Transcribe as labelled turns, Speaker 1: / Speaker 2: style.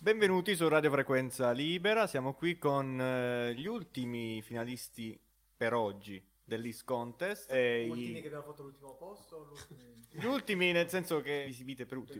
Speaker 1: Benvenuti su Radio Frequenza Libera, siamo qui con eh, gli ultimi finalisti per oggi dell'East Contest. e
Speaker 2: Ultimi
Speaker 1: i-
Speaker 2: che abbiamo fatto l'ultimo posto? Ultimi...
Speaker 1: Gli ultimi nel senso che vi esibite per ultimi.